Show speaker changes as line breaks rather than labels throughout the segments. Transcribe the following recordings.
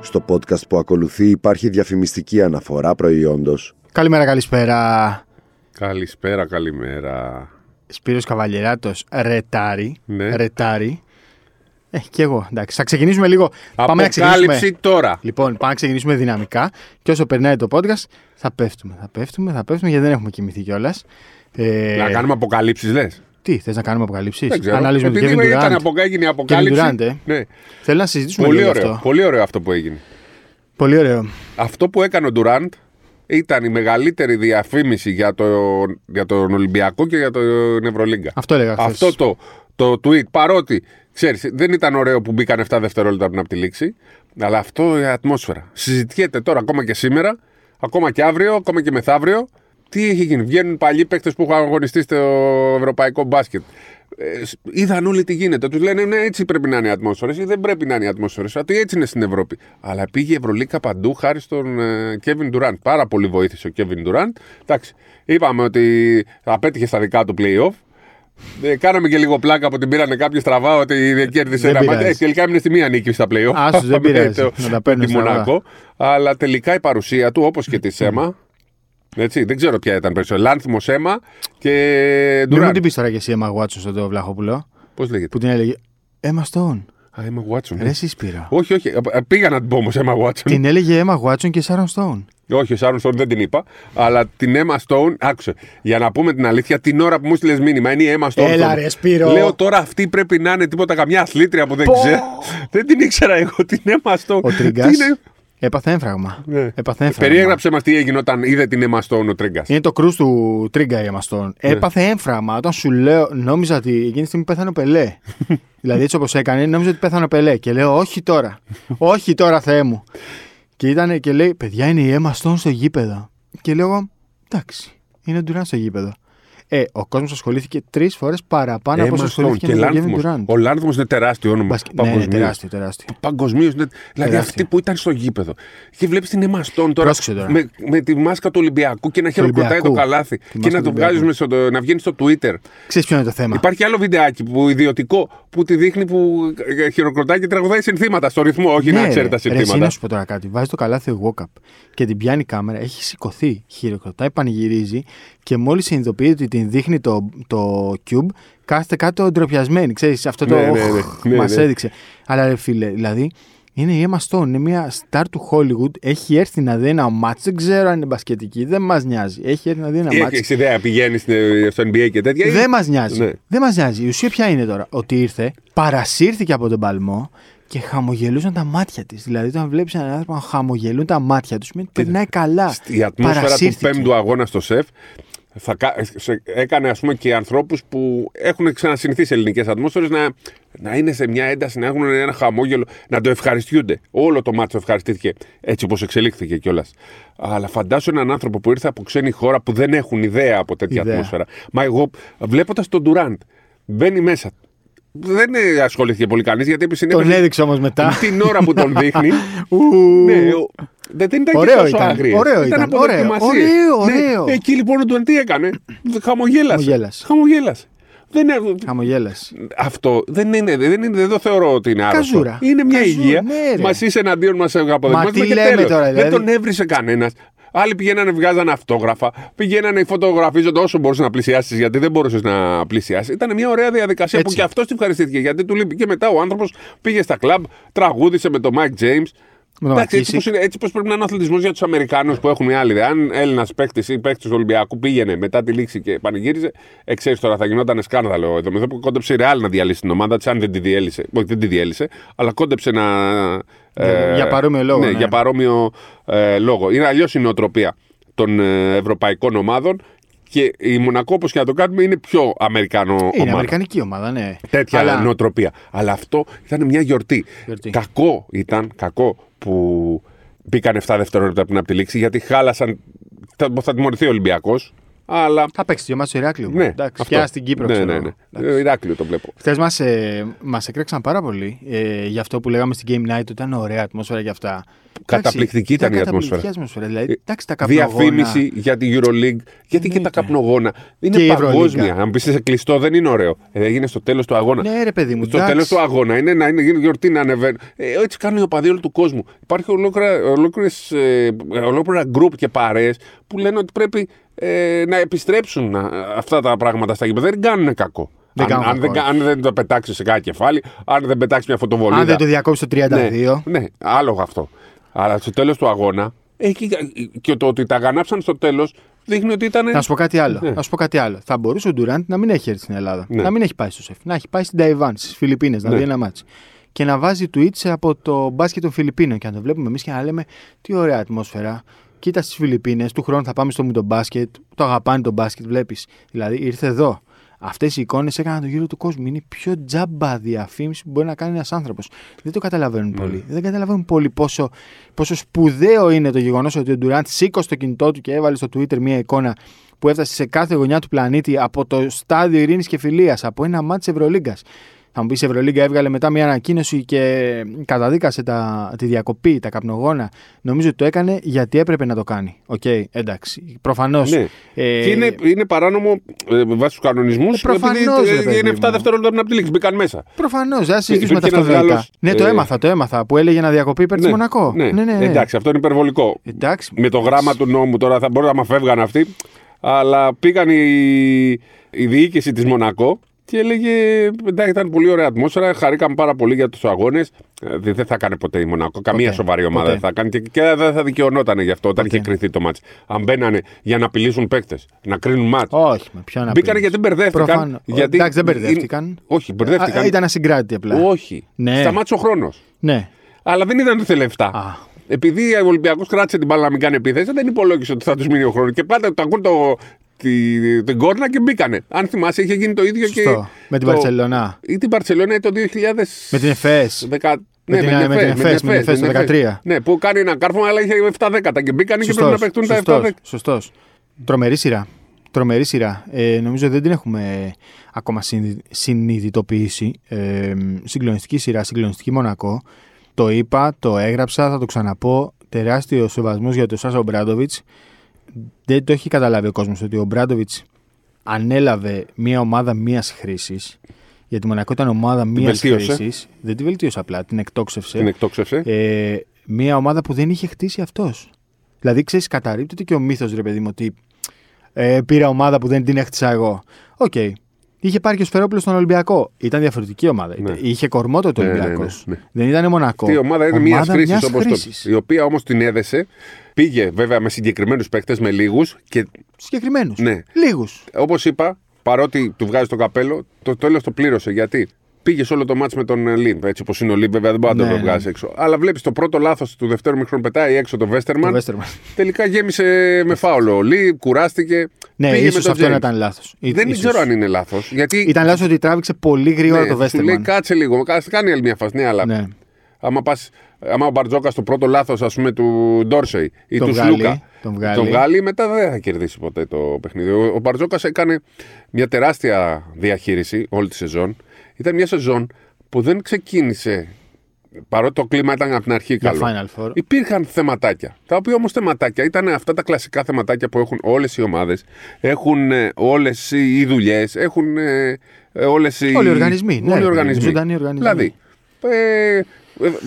Στο podcast που ακολουθεί υπάρχει διαφημιστική αναφορά προϊόντος.
Καλημέρα, καλησπέρα.
Καλησπέρα, καλημέρα.
Σπύρος Καβαλιεράτος, ρετάρι.
Ναι.
Ρετάρι. Ε, και εγώ. Εντάξει, θα ξεκινήσουμε λίγο.
Αποκάλυψη τώρα.
Λοιπόν, πάμε να ξεκινήσουμε δυναμικά. Και όσο περνάει το podcast, θα πέφτουμε, θα πέφτουμε, θα πέφτουμε, γιατί δεν έχουμε κοιμηθεί κιόλας. Ε,
Να κάνουμε αποκαλύψεις, λες.
Τι, θες να κάνουμε αποκαλύψεις.
Δεν ξέρω.
Αναλύσουμε τον
Επειδή
Kevin
ήταν
Durant.
αποκα- έγινε η αποκάλυψη.
Durant, ε.
Ναι.
Θέλω να συζητήσουμε
Πολύ
λίγο
ωραίο.
αυτό.
Πολύ ωραίο αυτό που έγινε.
Πολύ ωραίο.
Αυτό που έκανε ο Ντουράντ ήταν η μεγαλύτερη διαφήμιση για τον, για τον Ολυμπιακό και για τον Ευρωλίγκα.
Αυτό έλεγα χθες.
Αυτό το, το tweet, παρότι ξέρεις, δεν ήταν ωραίο που μπήκαν 7 δευτερόλεπτα πριν από τη λήξη, αλλά αυτό η ατμόσφαιρα. Συζητιέται τώρα, ακόμα και σήμερα, ακόμα και αύριο, ακόμα και μεθαύριο, τι έχει γίνει. Βγαίνουν παλιοί παίκτες που έχουν αγωνιστεί στο ευρωπαϊκό μπάσκετ. Ε, σ- είδαν όλοι τι γίνεται. Τους λένε ναι, έτσι πρέπει να είναι οι ατμόσφαιρες ή δεν πρέπει να είναι οι ατμόσφαιρες. Ότι έτσι είναι στην Ευρώπη. Αλλά πήγε η Ευρωλίκα παντού χάρη στον ε, Kevin Durant. Πάρα πολύ βοήθησε ο Kevin Durant. Εντάξει, είπαμε ότι απέτυχε στα δικά του playoff. Ε, κάναμε και λίγο πλάκα που την πήρανε κάποιοι στραβά ότι δεν κέρδισε
Δεν
ένα μάτι.
πειράζει.
Ε, Τελικά έμεινε στη μία νίκη στα playoff.
Άσως, δεν
Με
πειράζει.
το-
Να τα παίρνουν
τη
στραβά.
Μονακό. Αλλά τελικά η παρουσία του, όπως και τη Σέμα. Έτσι, δεν ξέρω ποια ήταν περισσότερο. Λάνθιμο Σέμα και
Μην μου την
Ντουράν.
πει τώρα και εσύ, Emma Watson, στον το Βλαχόπουλο,
Πώς λέγεται.
που την έλεγε. Emma Stone.
Α, είμαι Watson.
Ρε, εσύ Σπύρο.
Όχι, όχι. Ε, Πήγα να την πω όμως, Emma Watson.
Την έλεγε Emma Watson και Sharon Stone.
Ε, Όχι, ο Σάρων Στόουν δεν την είπα. Αλλά την Emma Stone, άκουσε. Για να πούμε την αλήθεια, την ώρα που μου στείλε μήνυμα είναι η Emma Stone.
Έλα,
Στον-
ρε, Σπύρο.
Λέω τώρα αυτή πρέπει να είναι τίποτα καμιά αθλήτρια που δεν
Πω.
ξέρω. δεν την ήξερα εγώ την Emma Stone.
Ο
Τι
Τρίγκα
είναι-
έπαθε έμφραγμα.
Ναι.
Έπαθε έμφραγμα.
Περιέγραψε μας τι έγινε όταν είδε την Emma Stone ο Τρίγκας.
Είναι το κρούς του Τρίγκα η Αμαστόν.
Ναι.
Έπαθε έμφραγμα. Όταν σου λέω, νόμιζα ότι εκείνη τη στιγμή πέθανε ο Πελέ. δηλαδή έτσι όπως έκανε, νόμιζα ότι πέθανε ο Πελέ. Και λέω, Όχι τώρα. Όχι τώρα, Θεέ μου. Και ήταν και λέει, Παιδιά, είναι η Αμαστόν στο γήπεδο. Και λέω, εγώ, Εντάξει, είναι ο Ντουράν στο γήπεδο. Ε, ο κόσμος ασχολήθηκε τρεις φορές παραπάνω από όσο ασχολήθηκε
και
με τον Γκέβιν
Λάνθιμος.
Ντουράν.
Ο Λάνθιμος είναι τεράστιο όνομα.
Ναι, ναι,
Παγκοσμίως.
τεράστιο, τεράστιο.
Παγκοσμίως. Δηλαδή
Τεράστιο.
αυτή που ήταν στο γήπεδο. Και βλέπεις την Εμαστόν τώρα,
Πρόσεξε τώρα.
Με, με τη μάσκα του Ολυμπιακού και να χειροκροτάει το
Ολυμπιακού.
καλάθι
Τη
και
μάσκα
να
του
το βγάζει στο, να βγαίνει στο Twitter.
Ξέρεις ποιο είναι το θέμα.
Υπάρχει άλλο βιντεάκι που ιδιωτικό που τη δείχνει που ε, χειροκροτάει και τραγουδάει συνθήματα στο ρυθμό, όχι να
Ναι, ρε.
ξέρει τα
Ρε, εσύ
συνθήματα.
να σου πω τώρα κάτι. Βάζει το καλάθι ο Walkup και την πιάνει η κάμερα, έχει σηκωθεί, χειροκροτάει, πανηγυρίζει και μόλις συνειδητοποιεί ότι την δείχνει το, το cube, κάθεται κάτω ντροπιασμένη. Ξέρεις, αυτό το
Ναι, ναι, ναι. Ναι,
μας
ναι.
έδειξε. Αλλά ρε φίλε, δηλαδή είναι η Emma Stone, είναι μια star του Hollywood. Έχει έρθει να δει ένα μάτς, δεν ξέρω αν είναι μπασκετική, δεν μας νοιάζει. Έχει έρθει να δει ένα μάτς.
Έχει ιδέα, πηγαίνει στην- στο NBA και τέτοια.
Δεν μας νοιάζει.
Ναι.
Δεν μας νοιάζει. Η ουσία ποια είναι τώρα. Ότι ήρθε, παρασύρθηκε από τον παλμό και χαμογελούσαν τα μάτια της. Δηλαδή, όταν βλέπεις έναν άνθρωπο να χαμογελούν τα μάτια τους, σημαίνει ότι περνάει καλά.
Η ατμόσφαιρα του
Παρασύρθηκε.
πέμπτου αγώνα στο σεφ θα, κα- σε- έκανε ας πούμε και ανθρώπους που έχουν ξανασυνηθεί σε ελληνικές ατμόσφαιρες να, να είναι σε μια ένταση, να έχουν ένα χαμόγελο, να το ευχαριστιούνται. Όλο το μάτσο ευχαριστήθηκε έτσι όπως εξελίχθηκε κιόλας. Αλλά φαντάσου έναν άνθρωπο που ήρθε από ξένη χώρα που δεν έχουν ιδέα από τέτοια
Ιδέα.
ατμόσφαιρα. Μα εγώ βλέποντας τον Ντουράντ μπαίνει μέσα. Δεν ε, ασχολήθηκε πολύ κανείς γιατί επί
Τον
συνέπεια
έδειξε όμως μετά.
την ώρα που τον δείχνει
Ου.
ναι, ο- δεν, δεν ήταν και
Ωραίο
τόσο
ήταν.
άγριες.
Ωραίο ήταν.
από
Ωραίο,
δοκιμασίες.
ωραίο,
Ναι,
ωραίο.
ναι, εκεί λοιπόν ο Ντουάν τι έκανε. Χαμογέλασε.
Χαμογέλασε.
Χαμογέλασε. Δεν, ε,
Χαμογέλασε.
αυτό δεν είναι, δεν είναι, δεν το θεωρώ ότι είναι άρρωστο.
Καζούρα.
Είναι μια
Καζούρα,
υγεία.
ναι, ρε.
μας είσαι εναντίον μας
Μα τι λέμε τώρα, δηλαδή.
Δεν τον έβρισε κανένας. Άλλοι πηγαίνανε, βγάζανε αυτόγραφα. Πηγαίνανε, φωτογραφίζονται όσο μπορούσε να πλησιάσεις, γιατί δεν μπορούσες να πλησιάσεις. Ήταν μια ωραία διαδικασία
Έτσι.
που και αυτός την ευχαριστήθηκε. Γιατί του λείπει. Και μετά ο άνθρωπος πήγε στα κλαμπ, τραγούδισε με τον Mike James.
Με τον
Εντάξει, έτσι
Μακίσικ.
πως είναι- έτσι πως πρέπει να είναι ο αθλητισμός για τους Αμερικάνους που έχουν μια άλλη ιδέα. Αν Έλληνας παίκτης ή παίκτης του Ολυμπιακού πήγαινε μετά τη λήξη και πανηγύριζε, ε, ξέρεις τώρα θα γινόταν σκάνδαλο εδώ με εδώ που κόντεψε η Ρεάλ να διαλύσει την ομάδα της, αν δεν τη διέλυσε. Όχι, δεν τη διέλυσε, αλλά κόντεψε να.
Για- για παρόμοιο λόγο,
Ναι,
ναι.
για παρόμοιο ε, λόγο. Είναι αλλιώς η νοοτροπία των ε, ευρωπαϊκών ομάδων και η Μονακό, όπως και να το κάνουμε, είναι πιο Αμερικανό
Είναι
ομάδα.
Αμερικανική ομάδα, ναι.
Τέτοια
Αλλά-
νοοτροπία. Αλλά αυτό ήταν μια γιορτή.
Γιορτή.
Κακό ήταν, κακό που μπήκαν 7 δευτερόλεπτα πριν από τη λήξη γιατί χάλασαν. Θα, θα τιμωρηθεί ο Ολυμπιακός. Αλλά.
Θα παίξει δύο μάτσε στο Ηράκλειο.
Ναι,
Εντάξει,
αυτό.
πια στην Κύπρο.
Ναι,
ξέρω
ναι,
εγώ.
ναι.
Εντάξει.
Ε, Ηράκλειο το βλέπω.
Χθες μας ε, μας έκραξαν πάρα πολύ ε, για αυτό που λέγαμε στην Game Night ότι ήταν ωραία ατμόσφαιρα για αυτά.
Καταπληκτική
Εντάξει,
ήταν η
καταπληκτική
ατμόσφαιρα.
ατμόσφαιρα. Δηλαδή, εντάξει, τα καπνογόνα.
Ε,
Ναι,
Διαφήμιση για τη Euroleague. Γιατί και τα καπνογόνα. Είναι
Και η
παγκόσμια.
Ευρωλίγκα.
Αν πεις σε κλειστό, δεν είναι ωραίο. Ε, έγινε στο τέλος του αγώνα.
Ναι, ρε παιδί μου.
Στο τέλο
εντάξει.
του αγώνα είναι να είναι γίνει γιορτή να ανεβαίνει. Ε, έτσι κάνουν οι οπαδοί όλου του κόσμου. Υπάρχει ολόκληρα, ολόκληρες, ε, ολόκληρα γκρουπ και παρέες που λένε ότι πρέπει ε, να επιστρέψουν να- αυτά τα πράγματα στα γήπεδα. Δεν κάνουν κακό.
Δεν
αν,
κάνουν
αν, δεν,
κακό,
κα- αν δεν το πετάξει σε κάποιο κεφάλι, αν δεν πετάξει μια φωτοβολίδα.
Αν δεν το διακόψει το 32.
Ναι, ναι, άλογα αυτό. Αλλά στο τέλος του αγώνα. Έχει, και το ότι τα γανάψαν στο τέλος δείχνει ότι ήταν.
Να σου πω κάτι άλλο. Να σου πω κάτι άλλο. Θα μπορούσε ο Ντουράντ να μην έχει έρθει στην Ελλάδα.
Ναι.
Να μην έχει πάει στο σεφ. Να έχει πάει στην Ταϊβάν, στις Φιλιππίνες, να δει ένα μάτσο. Και να βάζει tweets από το μπάσκετ των Φιλιππίνων. Και να το βλέπουμε εμείς και να λέμε τι ωραία ατμόσφαιρα. Κοίτα στις Φιλιππίνες, του χρόνου θα πάμε στο το μπάσκετ. Το αγαπάνε το μπάσκετ, βλέπεις. Δηλαδή ήρθε εδώ. Αυτές οι εικόνες έκαναν το γύρο του κόσμου. Είναι η πιο τζάμπα διαφήμιση που μπορεί να κάνει ένας άνθρωπος. Δεν το καταλαβαίνουν
Ναι.
πολύ. Δεν καταλαβαίνουν πολύ πόσο, πόσο σπουδαίο είναι το γεγονός ότι ο Ντουράντ σήκωσε το κινητό του και έβαλε στο Twitter μία εικόνα που έφτασε σε κάθε γωνιά του πλανήτη από το στάδιο ειρήνης και φιλίας, από ένα μάτι Ευρωλίγκας. Θα μου πεις: Η Ευρωλίγκα έβγαλε μετά μια ανακοίνωση και καταδίκασε τα, τη διακοπή, τα καπνογόνα. Νομίζω ότι το έκανε γιατί έπρεπε να το κάνει. Οκ, εντάξει. ε, Προφανώς.
Ναι. Και είναι, είναι παράνομο ε, βάσει τους κανονισμούς.
προφανώς, ρε παιδί
είναι 7
μου.
δευτερόλεπτα από την επιλήξη. Μπήκαν μέσα.
Προφανώς, δεν συζητήσουμε τα
Υπήρχε ένας
αυτοδέλτα.
Γάλλος,
Ναι, το
ε,
έμαθα, το έμαθα. Που έλεγε να διακοπή υπέρ τη Μονακό.
Ναι. Εντάξει, αυτό είναι υπερβολικό.
Εντάξει.
Με το γράμμα του νόμου τώρα θα μπορούσαμε να φεύγαν αυτοί. Αλλά πήγαν η, η διοίκηση της Μονακό και έλεγε: Εντάξει, ήταν πολύ ωραία ατμόσφαιρα. Χαρήκαμε πάρα πολύ για τους αγώνες. Δεν θα κάνει ποτέ η Μονακό. Καμία
Ποτέ.
σοβαρή ομάδα
Ποτέ.
δεν θα κάνει και, και δεν θα δικαιωνόταν γι' αυτό όταν είχε κρυθεί το μάτς. Αν μπαίνανε για να απειλήσουν παίκτες, να κρίνουν μάτς.
Όχι, με ποιο να
Μπήκανε
πεις.
γιατί μπερδεύτηκαν.
Προφανώς.
Γιατί-
Εντάξει, δεν μπερδεύτηκαν.
Όχι, μπερδεύτηκαν.
Α, ε, Ήταν ασυγκράτητη απλά.
Όχι.
Ναι.
Σταμάτησε ο χρόνος.
Ναι.
Αλλά δεν ήταν τελευταία.
Α.
Επειδή ο Ολυμπιακός κράτησε την μπάλα να μην κάνει επίθεση, δεν υπολόγισε ότι θα τους μείνει ο χρόνος. Και πάντα το ακούν το, τη, την κόρνα και μπήκανε. Αν θυμάσαι, είχε γίνει το ίδιο και.
Σωστό. Με την
το-
Βαρκελονά.
Ή την Παρσελόνα το 2000.
Με την ΕΦΕΣ.
Δεκα...
Με την- με την
ναι, με
ΕΦΕΣ, με την ΕΦΕΣ το 13.
Ναι, που κάνει ένα κάρφωμα, αλλά είχε 7 δέκατα και μπήκανε και πρέπει να παίχτουν τα 7
σωστός,
δέκατα.
σωστός. Τρομερή σειρά. Τρομερή σειρά. Ε, νομίζω δεν την έχουμε ακόμα συνδυ- συνειδητοποιήσει. Ε, συγκλονιστική σειρά, συγκλονιστική Μονακό. Το είπα, το έγραψα, θα το ξαναπώ. Τεράστιος σεβασμός για τον Σάσα Μπράντοβιτ. Δεν το έχει καταλάβει ο κόσμος ότι ο Μπράντοβιτ ανέλαβε μια ομάδα μίας χρήσης. Γιατί η Μονακό ήταν ομάδα μίας
βελτίωσε.
χρήσης. Δεν τη βελτίωσε απλά, την εκτόξευσε.
Την εκτόξευσε.
Ε, μια ομάδα που δεν είχε χτίσει αυτός. Δηλαδή, ξέρεις, καταρρύπτεται και ο μύθος, ρε παιδί μου, ότι ε, πήρα ομάδα που δεν την έχτισα εγώ. Οκ. Είχε πάρει και ο Σφερόπουλος στον Ολυμπιακό. Ήταν διαφορετική ομάδα.
Ναι.
Είχε κορμό τότε ο
Ναι, ναι,
Ολυμπιακός.
ναι, ναι.
Δεν ήταν μονακό.
Αυτή η ομάδα είναι μιας χρήση όπως το.
χρήσης.
Η οποία όμως την έδεσε. Πήγε βέβαια με συγκεκριμένους παίκτες, με λίγους και
Συγκεκριμένους.
Ναι.
Λίγους.
Όπως είπα, παρότι του βγάζει το καπέλο, το τέλος το πλήρωσε. Γιατί πήγες σε όλο το μάτσο με τον ε, Λιμπ. Έτσι όπως είναι ο Λιμπ, βέβαια δεν μπορεί να
Ναι,
τον
ναι.
βγάζει έξω. Αλλά βλέπεις το πρώτο λάθος του δευτέρου μήχρονου πετάει έξω το Βέστερμαν.
Το Westerman.
Τελικά γέμισε με φάουλο. Ο Λιμπ κουράστηκε.
Ναι,
πήγε με
ίσω
τον
αυτό να
James.
ήταν λάθος.
Δεν ξέρω αν είναι λάθος. Γιατί
Ήταν λάθος ότι τράβηξε πολύ γρήγορα
ναι,
το
σου λέει
Βέστερμαν.
κάτσε λίγο. Κάτσε, κάνει άλλη μια φασνή, αλλά
Ναι.
Άμα, πας, άμα ο Μπαρτζόκα το πρώτο λάθος, ας πούμε, του Ντόρσεϊ ή
Τον
του
βγάλει,
Σλούκα.
τον βγάλει.
μετά δεν θα κερδίσει ποτέ το παιχνίδι. Ο, ο Μπαρτζόκας έκανε μια τεράστια διαχείριση όλη τη σεζόν. Ήταν μια σεζόν που δεν ξεκίνησε. Παρότι το κλίμα ήταν από την αρχή
Για
καλό.
Final Four.
Υπήρχαν θεματάκια. Τα οποία όμως θεματάκια ήταν αυτά τα κλασικά θεματάκια που έχουν όλες οι ομάδες, έχουν όλες οι δουλειές, έχουν όλες οι.
Όλοι οι οργανισμοί, ναι,
Όλοι οι
ρε,
οργανισμοί.
ζωντανοί οργανισμοί.
Δηλαδή, ε, ε,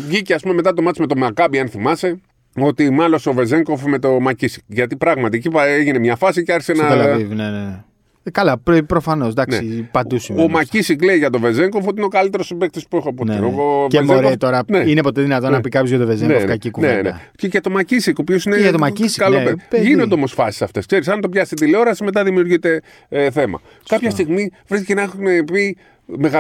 βγήκε ας πούμε μετά το μάτς με τον Μακάμπι αν θυμάσαι ότι μάλωσε ο Βεζέγκοφ με το Μακίσικ. Γιατί πράγματι εκεί έγινε μια φάση και άρχισε
Στο
να.
Τελαβίβ, ναι, ναι. ναι. Ε, Καλά, προφανώ.
Ναι.
Εντάξει, παντού συμβαίνει
Ο
αυτό.
Μακίσικ λέει για τον Βεζέγκοφ ότι είναι ο καλύτερος συμπαίκτης που έχω ποτέ.
Ναι, ναι.
Εγώ, ο
Και
Βεζέγκοφ-
μωρέ τώρα,
Ναι.
είναι ποτέ δυνατόν να
Ναι.
πει κάποιος για το Βεζέγκοφ κακή κουβέντα.
Ναι, ναι. Και για το Μακίσικ, ο οποίος είναι.
για το Μακίσικ,
καλό
ναι,
παιδί.
παιδί.
Γίνονται όμως φάσεις αυτές. Ξέρεις, αν το πιάσει τηλεόραση, μετά δημιουργείται ε, θέμα. Κάποια στιγμή βρέθηκε να έχουν πει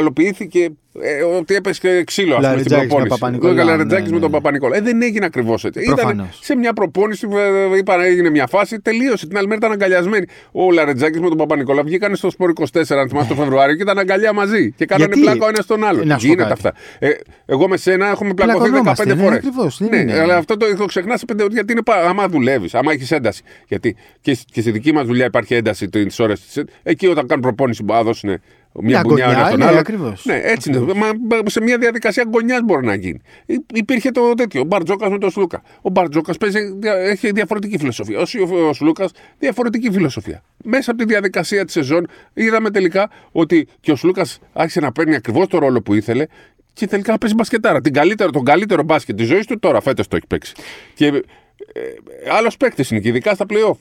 μεγαλοποιήθηκε ε, ότι έπεσε και ξύλο ας πούμε,
Λαριτζάκης
στην
με
προπόνηση.
Παπα-Νικολάου,
Ο Λαριτζάκης
ναι, ναι,
με τον
ναι.
Παπα-Νικολάου. Ε, δεν έγινε ακριβώς έτσι. Ήταν
Προφανώς.
σε μια προπόνηση, ε, είπα, έγινε μια φάση, τελείωσε. Την άλλη μέρα ήταν αγκαλιασμένοι. Ο Λαριτζάκης με τον Παπα-Νικολάου βγήκαν στο σπορ 24, αν θυμάστε, το Φεβρουάριο και ήταν αγκαλιά μαζί. Και κάνανε
Ε. Γιατί?
πλάκα ο ένα τον άλλο.
Να σου πω
Γίνεται
κάτι.
αυτά. Ε, εγώ με σένα έχουμε πλακωθεί
Πλακωνόμαστε,
15
ναι,
φορές.
ακριβώς, δεν είναι.
Ναι, αλλά αυτό το, το ξεχνά πέντε ώρε γιατί είναι πα- άμα δουλεύεις, άμα έχεις ένταση. Γιατί και, σ- και στη δική μας δουλειά υπάρχει ένταση τις ώρες τη. Εκεί όταν κάνουν προπόνηση που είναι μια
Μια
μπουνιά
γωνιά,
ένα τον
ναι,
άλλο.
ακριβώς.
Ναι, έτσι είναι. Μα, μα σε μια διαδικασία γωνιάς μπορεί να γίνει. Υ- Υπήρχε το τέτοιο. Ο Μπαρτζόκας με τον Σλούκα. Ο Μπαρτζόκας έχει διαφορετική φιλοσοφία. Ο, Σι- ο Σλούκας διαφορετική φιλοσοφία. Μέσα από τη διαδικασία της σεζόν είδαμε τελικά ότι και ο Σλούκας άρχισε να παίρνει ακριβώς το ρόλο που ήθελε και τελικά να παίζει μπασκετάρα. Την καλύτερο, τον καλύτερο μπάσκετ της ζωής του τώρα φέτος το έχει παίξει. Και ε, άλλος παίκτης είναι και ειδικά στα playoff.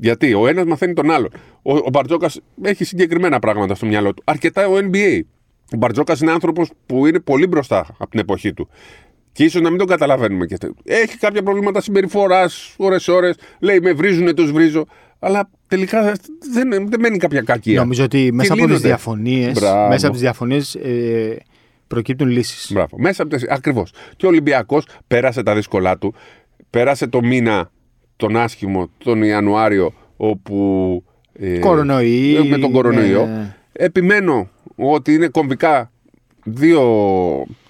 Γιατί ο ένας μαθαίνει τον άλλον. Ο, ο Μπαρτζόκας έχει συγκεκριμένα πράγματα στο μυαλό του. Αρκετά ο NBA. Ο Μπαρτζόκας είναι άνθρωπος που είναι πολύ μπροστά από την εποχή του. Και ίσως να μην τον καταλαβαίνουμε και αυτό. Έχει κάποια προβλήματα συμπεριφοράς, ώρε-ώρε. Λέει με βρίζουνε, τους βρίζω. Αλλά τελικά δεν, δεν μένει κάποια κακία.
Νομίζω ότι
Και
μέσα από τι
λύνονται.
διαφωνίες.
Μπράβο.
Μέσα από τις διαφωνίες ε, προκύπτουν λύσεις.
Μπράβο. Μέσα από τις... Ακριβώς. Και ο Ολυμπιακός πέρασε τα δύσκολά του. Πέρασε το μήνα τον άσχημο, τον Ιανουάριο, όπου. ε,
Κορονοϊό.
Με τον κορονοϊό.
Ναι.
Επιμένω ότι είναι κομβικά δύο.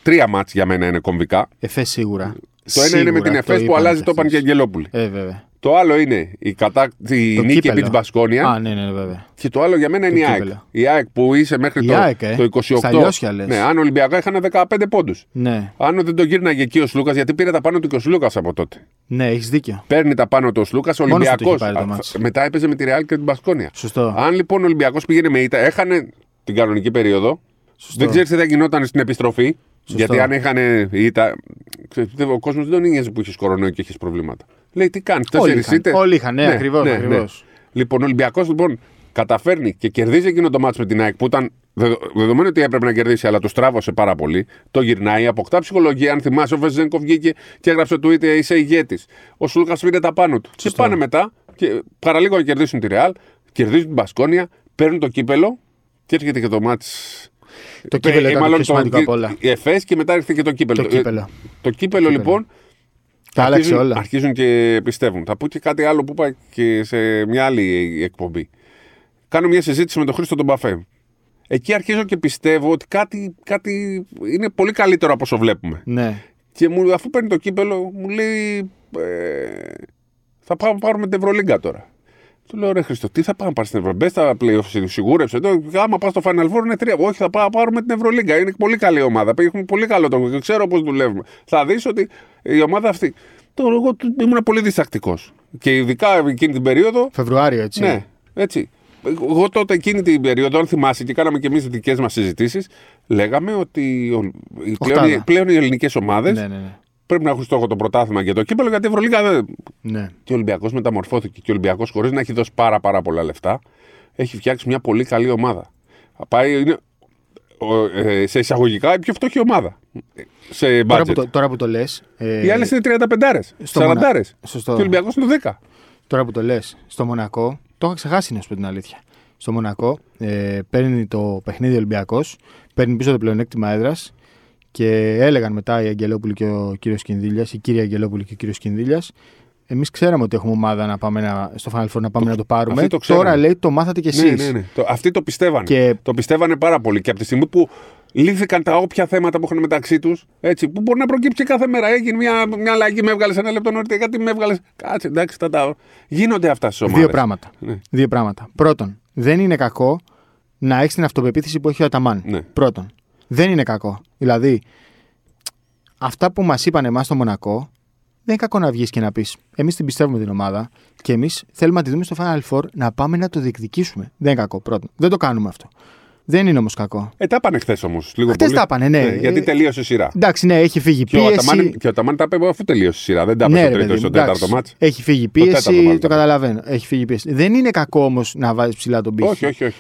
Τρία μάτς για μένα είναι κομβικά.
Εφέ Ε, σίγουρα.
Το ένα είναι με την Εφές που αλλάζει, το είπαν και οι Αγγελόπουλοι.
Ε, βέβαια.
Το άλλο είναι η, κατά... η
Το
νίκη
κύπελλο.
επί της Μπασκόνια.
Α, ναι, ναι, ναι, βέβαια.
Και το άλλο για μένα είναι
Το
η ΑΕΚ.
κύπελλο.
Η ΑΕΚ που είσαι μέχρι
Η
το,
ΑΕΚ, ε.
το 28.
Στα λιώσια, λες.
ναι, αν Ολυμπιακά είχαν 15 πόντους.
Ναι,
Αν δεν τον γύρναγε εκεί ο Σλούκας, γιατί πήρε τα πάνω του και ο Σλούκας από τότε.
ναι έχεις δίκιο.
Παίρνει τα πάνω του ο Σλούκας, ο
Μόνος του το
Ολυμπιακό.
είχε πάρει το μάτς.
Μετά έπαιζε με τη Ρεάλ και την Πασκόνια.
Σωστό.
Αν λοιπόν ο Ολυμπιακός πήγαινε με ήττα, έχανε την κανονική περίοδο.
Σωστό.
Δεν ξέρεις τι θα γινόταν στην επιστροφή. Γιατί αν είχαν ήττα. ξέρεις, δεν- Ο κόσμος δεν τον νοιάζει που είχες κορονοϊό και είχες προβλήματα. Λέει τι κάνεις, τέσσερις
είχαν,
ήττες.
όλοι είχαν, ναι, ακριβώς, ακριβώς.
Λοιπόν, ο Ολυμπιακός λοιπόν καταφέρνει και κερδίζει εκείνο το μάτσο με την ΑΕΚ που ήταν δεδο- δεδομένου ότι έπρεπε να κερδίσει, αλλά το στράβωσε πάρα πολύ. Το γυρνάει, αποκτά ψυχολογία. Αν θυμάσαι, ο Βεζέγκο βγήκε και έγραψε το είτε είσαι ηγέτης. Ο Σλούκα πήρε τα πάνω του. Και πάνε μετά, και παραλίγο να κερδίσουν τη Ρεάλ, κερδίζουν την Μπασκόνια, παίρνουν το κύπελο και έρχεται και το μάτς
Το κύπελο
ε,
ήταν το
μάλλον
πιο σημαντικό
το-
απ' όλα.
Η ΕΦΕΣ και μετά έρχεται και το κύπελο. Ε,
Το κύπελλο.
το κύπελο λοιπόν.
Τα άλλαξε
αρχίζουν-
όλα.
Αρχίζουν και πιστεύουν. Θα πω και κάτι άλλο που είπα και σε μια άλλη εκπομπή. Κάνω μια συζήτηση με τον Χρήστο τον Παφέ. Εκεί αρχίζω και πιστεύω ότι κάτι, κάτι είναι πολύ καλύτερο από όσο βλέπουμε.
Ναι.
Και μου, αφού παίρνει το κύπελο, μου λέει. Ε, θα πάμε να πάρουμε την Ευρωλίγκα τώρα. Του λέω: Ρε Χριστό, τι θα πάμε να πάρεις στην Ευρωλίγκα. Μπες στα playoffs, σιγούρεψε. Το, άμα πας στο Final Four είναι τρία. Όχι, θα πάμε να πάρουμε την Ευρωλίγκα. Είναι πολύ καλή ομάδα. Έχουμε πολύ καλό τόπο και ξέρω πώς δουλεύουμε. Θα δεις ότι η ομάδα αυτή. Τώρα εγώ του- ήμουν πολύ διστακτικός. Και ειδικά εκείνη την περίοδο
Φεβρουάριο, έτσι.
ναι, έτσι. Εγώ τότε εκείνη την περίοδο, αν θυμάσαι και κάναμε και εμείς τι δικές μας συζητήσεις, λέγαμε ότι ο- οι πλέον,
Οχτάδα.
πλέον οι ελληνικές ομάδες
ναι, ναι, ναι.
πρέπει να έχουν στόχο το πρωτάθλημα και το κύπελο, γιατί η Ευρωλίγα δεν.
ναι.
Και ο Ολυμπιακός μεταμορφώθηκε. Και ο Ολυμπιακός, χωρίς να έχει δώσει πάρα, πάρα πολλά λεφτά, έχει φτιάξει μια πολύ καλή ομάδα. Πάει, είναι, ο- ε, σε εισαγωγικά η πιο φτωχή ομάδα. ε, Σε
Τώρα, που
μπάτζετ.
το, τώρα που το λες. Ε,
Οι άλλες είναι 35,
Στο
40.
Μονα-
Και
Σωστό.
ο Ολυμπιακός είναι 10.
Τώρα που το λες, στο Μονακό, το είχα ξεχάσει να σου πω την αλήθεια. Στο Μονακό ε, παίρνει το παιχνίδι Ολυμπιακός, παίρνει πίσω το πλεονέκτημα έδρας και έλεγαν μετά οι Αγγελόπουλοι και ο κύριος Κινδύλιας, η κύρια Αγγελόπουλη και ο κύριος Κινδύλιας, εμείς ξέραμε ότι έχουμε ομάδα να πάμε να, στο Final Four να πάμε να το πάρουμε.
αυτοί το ξέρανε.
Τώρα λέει το μάθατε κι εσείς.
Ναι, ναι, ναι. Το, αυτοί το πιστεύανε.
Και-
Το πιστεύανε πάρα πολύ. Και από τη στιγμή που λύθηκαν τα όποια θέματα που είχαν μεταξύ τους, που μπορεί να προκύψει κάθε μέρα. Έγινε μια, μια αλλαγή, με έβγαλες ένα λεπτό νωρίτερα, κάτι με έβγαλες. Κάτσε, εντάξει, θα τα. Γίνονται αυτά στις ομάδε.
Δύο πράγματα.
Ναι.
Δύο πράγματα. Πρώτον, δεν είναι κακό να έχεις την αυτοπεποίθηση που έχει ο Αταμάν.
Ναι.
Πρώτον, δεν είναι κακό. Δηλαδή, αυτά που μας είπαν εμάς στο Μονακό, δεν είναι κακό να βγεις και να πεις: Εμείς την πιστεύουμε την ομάδα και εμείς θέλουμε να τη δούμε στο Final Four να πάμε να το διεκδικήσουμε. Δεν είναι κακό. Πρώτον, δεν το κάνουμε αυτό. Δεν είναι όμως κακό.
Ε, τα έπανε χθες όμως. Λίγο
Χθες
πολύ.
τα έπανε, ναι.
γιατί
Ε,
τελείωσε η σειρά.
Εντάξει, ναι, έχει φύγει
Και ο,
πίεση.
Αταμάν, και ο Αταμάν τα έπαιρνε αφού τελείωσε η σειρά. Δεν τα
Ναι,
έπαιρνε
ρε
στο τρίτο ή
παιδί
στο
μου,
τέταρτο
εντάξει. Ε,
μάτσο.
Έχει φύγει
τέταρτο, μάλλον,
πίεση,
τα
το
έπαιρνε.
καταλαβαίνω. Έχει φύγει πίεση. Δεν είναι κακό όμως να βάζεις ψηλά τον πύχη.
Όχι, όχι, όχι.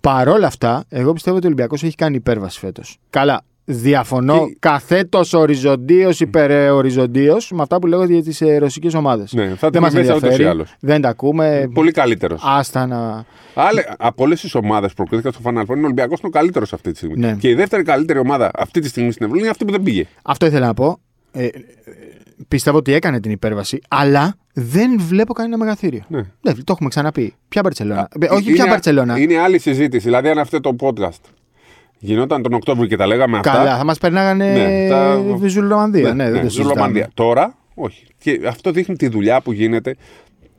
Παρ' όλα αυτά, εγώ πιστεύω ότι ο Ολυμπιακός έχει κάνει υπέρβαση φέτος. Καλά, Διαφωνώ
Τι-
καθέτος οριζοντίως υπερεοριζοντίω με αυτά που λέγονται για ε, τι ρωσικές ομάδες.
Ναι, θα τα πούμε μέσα ούτως ή άλλως.
Δεν τα ακούμε.
Πολύ καλύτερος.
Άστα να.
Άλλε, από όλες τις ομάδες που προκρίθηκαν στο Final Four, είναι ο Ολυμπιακός ο καλύτερος αυτή τη στιγμή.
Ναι.
Και η δεύτερη καλύτερη ομάδα αυτή τη στιγμή στην Ευρώπη είναι αυτή που δεν πήγε.
Αυτό ήθελα να πω. Ε, ε, πιστεύω ότι έκανε την υπέρβαση, αλλά δεν βλέπω κανένα μεγαθύριο.
Ναι.
Δεν, το έχουμε ξαναπεί. Ποια Μπαρσελόνα. Ε, Όχι,
Είναι-
ποια Μπαρσελόνα.
Είναι άλλη συζήτηση. Δηλαδή, αν αυτό το podcast γινόταν τον Οκτώβριο και τα λέγαμε αυτά.
Καλά, θα μας περνάγανε
Ναι, τα-
Ζουλομανδία. Ναι, δεν το συζητάμε.
Ζουρλομανδία. Τώρα, όχι. Και αυτό δείχνει τη δουλειά που γίνεται,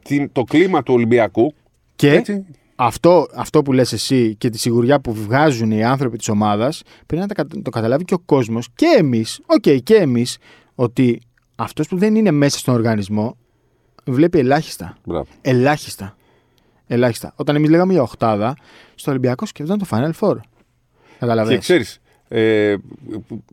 την, το κλίμα του Ολυμπιακού.
Και
Έτσι.
αυτό, αυτό που λες εσύ και τη σιγουριά που βγάζουν οι άνθρωποι της ομάδας πρέπει να τα κα- το καταλάβει και ο κόσμος και εμείς, οκ και εμείς ότι αυτός που δεν είναι μέσα στον οργανισμό βλέπει ελάχιστα.
Μπράβο.
Ελάχιστα. Ελάχιστα. Όταν εμείς λέγαμε για οχτάδα, στο Ολυμπιακό σκεφτόταν το Final Four.
Και
Καταλαβαίνεις.
ξέρεις, ε, που-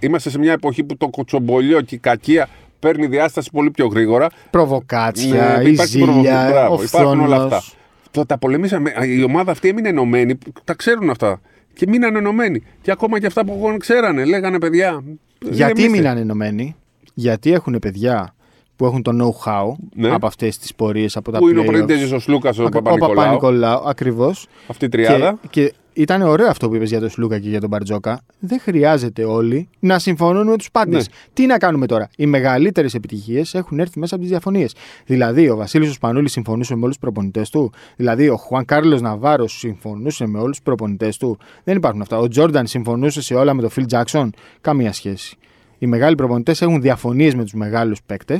είμαστε σε μια εποχή που το κοτσομπολιό και η κακία παίρνει διάσταση πολύ πιο γρήγορα.
Προβοκάτσια,
Ναι,
η
υπάρχει προβληματισμό.
ζήλια,
Μπράβο,
ο
Υπάρχουν όλα αυτά.
φθόνος.
Το, τα πολεμήσαμε. Η ομάδα αυτή έμεινε ενωμένη. Τα ξέρουν αυτά. Και μείνανε ενωμένοι. Και ακόμα και αυτά που εγώ ξέρανε. Λέγανε παιδιά.
Γιατί
ηρεμήστε».
μείναν ενωμένοι, γιατί έχουν παιδιά που έχουν το know-how
Ναι.
από αυτές τις πορείες, από τα
Πού είναι ο
playoffs.
Πρίντεζη, ο Σλούκας, ο
Ο
Παπα-Νικολάου.
Παπα-Νικολάου, ακριβώς.
Αυτή η τριάδα.
Και, και ήταν ωραίο αυτό που είπες για τον Σλούκα και για τον Μπαρτζόκα. Δεν χρειάζεται όλοι να συμφωνούν με τους πάντες.
Ναι.
Τι να κάνουμε τώρα. Οι μεγαλύτερες επιτυχίες έχουν έρθει μέσα από τις διαφωνίες. Δηλαδή, ο Βασίλη Οσπανούλη συμφωνούσε με όλους τους προπονητές του. Δηλαδή, ο Χουάν Κάρλος Ναβάρος συμφωνούσε με όλους τους προπονητές του. Δεν υπάρχουν αυτά. Ο Τζόρνταν συμφωνούσε σε όλα με τον Φιλ Τζάξον. Καμία σχέση. Οι μεγάλοι προπονητές έχουν διαφωνίες με τους μεγάλους παίκτες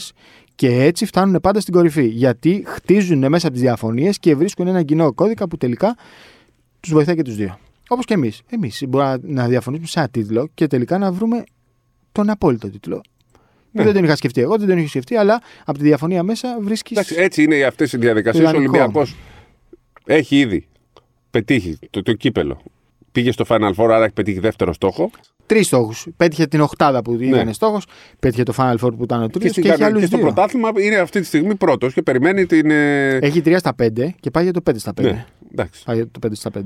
και έτσι φτάνουν πάντα στην κορυφή. Γιατί χτίζουν μέσα από τις διαφωνίες και βρίσκουν έναν κοινό κώδικα που τελικά τους βοηθάει και τους δύο. Όπως και εμείς. Εμείς μπορούμε να διαφωνήσουμε σε ένα τίτλο και τελικά να βρούμε τον απόλυτο τίτλο.
Ναι.
Δεν τον είχα σκεφτεί εγώ, δεν τον είχα σκεφτεί, αλλά από τη διαφωνία μέσα βρίσκεις.
Εντάξει, ε- έτσι είναι αυτές οι διαδικασίες. Ο
Ιδανικό.
Ολυμπιακός έχει ήδη πετύχει το, το κύπελο. Πήγε στο Final Four, άρα έχει πετύχει δεύτερο στόχο.
Τρεις στόχους. Πέτυχε την οχτάδα που ήταν στόχος, πέτυχε το Final Four που ήταν ο
Ναι. Και,
τρίτος
στην
και, έχει
κανονική-
άλλους
και στο
δύο.
πρωτάθλημα είναι αυτή τη στιγμή πρώτος και περιμένει την. ε,
Έχει 3 στα 5 και πάει για το 5 στα 5.
ναι, εντάξει.
Πάει για το 5 στα 5.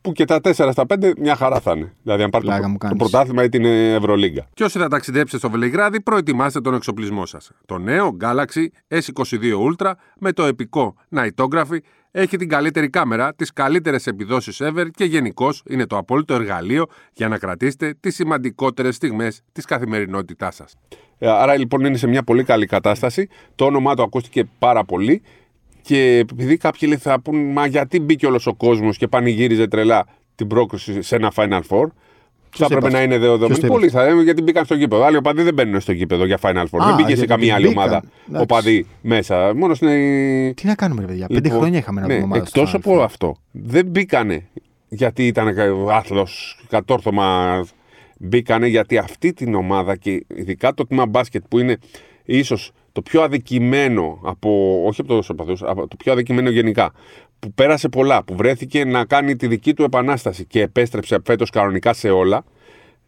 που και τα 4 στα 5 μια χαρά θα είναι. Δηλαδή, αν πάρει
Πλάκα
το,
μου
το
κάνεις.
πρωτάθλημα ή την ε, Ευρωλίγκα. Και όσοι θα ταξιδέψετε στο Βελιγράδι, προετοιμάστε τον εξοπλισμό σας. Το νέο Galaxy S22 Ultra με το επικό Nightography έχει την καλύτερη κάμερα, τις καλύτερες επιδόσεις ever και γενικώς είναι το απόλυτο εργαλείο για να κρατήσετε τις σημαντικότερες στιγμές της καθημερινότητάς σας. Άρα λοιπόν είναι σε μια πολύ καλή κατάσταση. Το όνομά του ακούστηκε πάρα πολύ. Και επειδή κάποιοι λέει, θα πούν, μα γιατί μπήκε όλος ο κόσμος και πανηγύριζε τρελά την πρόκριση σε ένα Final Four.
είπε
θα έπρεπε
αυτό?
να είναι
Ποιος το
δεοδομένοι.
είπε
Πολλοί θα λένε γιατί μπήκαν στο γήπεδο. Άλλοι οπαδοί δεν μπαίνουν στο γήπεδο για Final Four.
Α,
δεν πήγε σε
γιατί
καμία άλλη
μπήκαν.
ομάδα
Εντάξει.
οπαδοί μέσα. Μόνος στην.
Τι να κάνουμε, ρε παιδιά. Πέντε
Λοιπόν,
χρόνια είχαμε να
ναι,
πούμε ομάδα. στο
Εκτός
Final Four.
από αυτό, δεν μπήκανε γιατί ήταν άθλος, κατόρθωμα. Μπήκανε γιατί αυτή την ομάδα και ειδικά το τμήμα μπάσκετ που είναι ίσως το πιο αδικημένο από. Όχι από του οπαδού, το πιο αδικημένο γενικά. Που πέρασε πολλά, που βρέθηκε να κάνει τη δική του επανάσταση και επέστρεψε φέτος κανονικά σε όλα.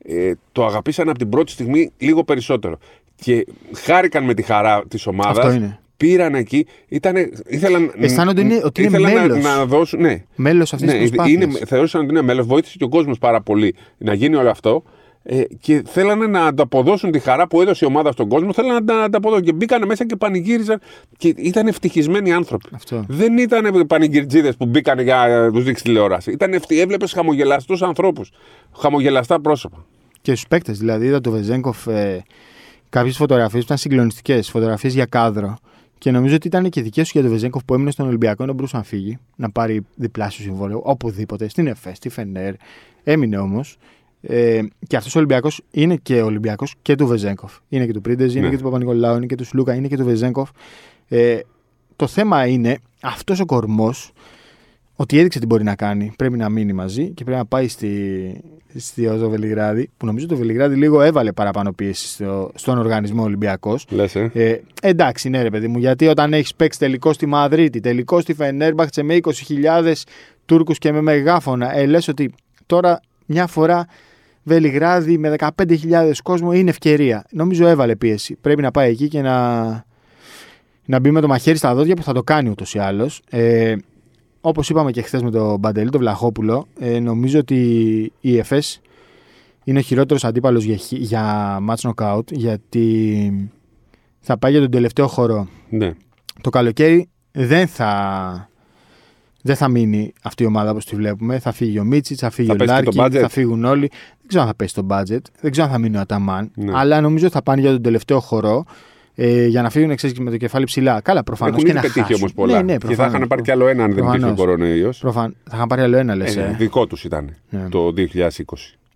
Ε, το αγαπήσαν από την πρώτη στιγμή λίγο περισσότερο. Και χάρηκαν με τη χαρά της
Αυτό
ομάδα.
είναι.
Πήραν εκεί, ήτανε, ήθελαν
Αισθάνονται είναι- ότι είναι
ήθελαν να-
μέλος.
Να, δώσουν, ναι.
Μέλος αυτής
ναι,
της προσπάθειας.
είναι- Θεώρησαν ότι είναι μέλος, βοήθησε και ο κόσμος πάρα πολύ να γίνει όλο αυτό. Ε, και θέλανε να ανταποδώσουν τη χαρά που έδωσε η ομάδα στον κόσμο, θέλανε να τα ανταποδώσουν. Και μπήκανε μέσα και πανηγύριζαν και ήταν ευτυχισμένοι άνθρωποι.
Αυτό.
Δεν ήταν πανηγυρτζίδες που μπήκαν για να τους δείξει τηλεόραση. Ήταν ευτι... Έβλεπες χαμογελαστούς ανθρώπους. Χαμογελαστά πρόσωπα.
Και στους παίκτες. Δηλαδή, είδα το Βεζέγκοφ ε, κάποιες φωτογραφίες που ήταν συγκλονιστικές. Φωτογραφίες για κάδρο. Και νομίζω ότι ήταν και δικές σου για τον Βεζέγκοφ που έμεινε στον Ολυμπιακό να μπορούσε να φύγει, να πάρει διπλάσιο συμβόλαιο, οπουδήποτε, στην ΕΦΕ, στη Φενέρ. Έμεινε όμως. Ε, και αυτός ο Ολυμπιακός είναι και Ολυμπιακός και του Βεζέγκοφ. Είναι και του Πρίντεζ, είναι
Ναι.
και του Παπα-Νικολάου, είναι και του Σλούκα, είναι και του Βεζέγκοφ. Ε, το θέμα είναι αυτός ο κορμός ότι έδειξε τι μπορεί να κάνει. Πρέπει να μείνει μαζί και πρέπει να πάει στη, στη στο Βελιγράδι. Που νομίζω το Βελιγράδι λίγο έβαλε παραπάνω πίεση στο, στον οργανισμό Ολυμπιακός.
Λες, ε.
Ε, εντάξει, ναι, ρε παιδί μου, γιατί όταν έχεις παίξεις τελικό στη Μαδρίτη, τελικό στη Φενέρμπαχτσε με 20.000 Τούρκους και με μεγάφωνα, ε, λες ότι τώρα μια φορά Βελιγράδι με 15.000 κόσμο είναι ευκαιρία. Νομίζω έβαλε πίεση. Πρέπει να πάει εκεί και να, να μπει με το μαχαίρι στα δόντια που θα το κάνει ούτως ή άλλως. Ε, Όπως είπαμε και χθες με τον Μπαντελή, τον Βλαχόπουλο, ε, νομίζω ότι η ΕΦΕΣ είναι ο χειρότερος αντίπαλος για, χι- για match knockout γιατί θα πάει για τον τελευταίο χώρο.
Ναι.
Το καλοκαίρι δεν θα, δεν θα μείνει αυτή η ομάδα όπως τη βλέπουμε. Θα φύγει ο Μίτσιτ, θα φύγει
Θα
ο
πέσει και
Λάρκι,
το budget.
θα φύγουν όλοι. Δεν ξέρω αν θα πέσει το budget, δεν ξέρω αν θα μείνει ο Αταμάν.
Ναι.
Αλλά νομίζω θα πάνε για τον τελευταίο χορό ε, για να φύγουν εξή με το κεφάλι ψηλά. Καλά, προφανώς.
Έχουν
και
ήδη
να
πετύχει
χάσουν.
όμως πολλά.
Ναι, ναι,
και θα
προφανώς.
είχαν πάρει κι άλλο ένα αν δεν υπήρχε ο
Προφανώς.
κορονοϊό.
Προφαν- Θα είχαν πάρει άλλο ένα, λες. Ε,
δικό τους ήταν
Ναι.
το 2020.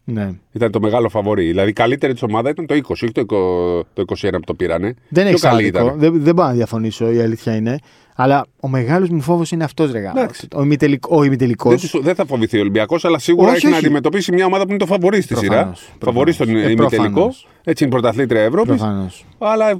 ναι.
Ήταν το μεγάλο φαβορή. Δηλαδή η καλύτερη της ομάδα ήταν το 20, όχι το, 20 το 21 που το πήρανε.
Δεν
Πιο
έχει
καλή
άδικο.
ήταν.
Δεν, δεν πάω να διαφωνήσω, η αλήθεια είναι. Αλλά ο μεγάλος μου φόβος είναι αυτός, ρε γάμο.
Εντάξει.
Ο ημιτελικό. Ο ημιτελικός.
Δεν, τους- δεν θα φοβηθεί ο Ολυμπιακός, αλλά σίγουρα
Όχι,
έχει να
όχι.
αντιμετωπίσει μια ομάδα που είναι το φαβορή στη σειρά.
Προφανώς, προφανώς.
Φαβορή στον
Ε,
ημιτελικό.
προφανώς.
Έτσι είναι πρωταθλήτρια Ευρώπης.
Προφανώς.
Αλλά ε,